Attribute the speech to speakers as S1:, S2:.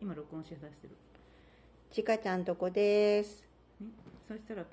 S1: 今録音して出してる
S2: ちかちゃんとこです。
S1: ねそしたら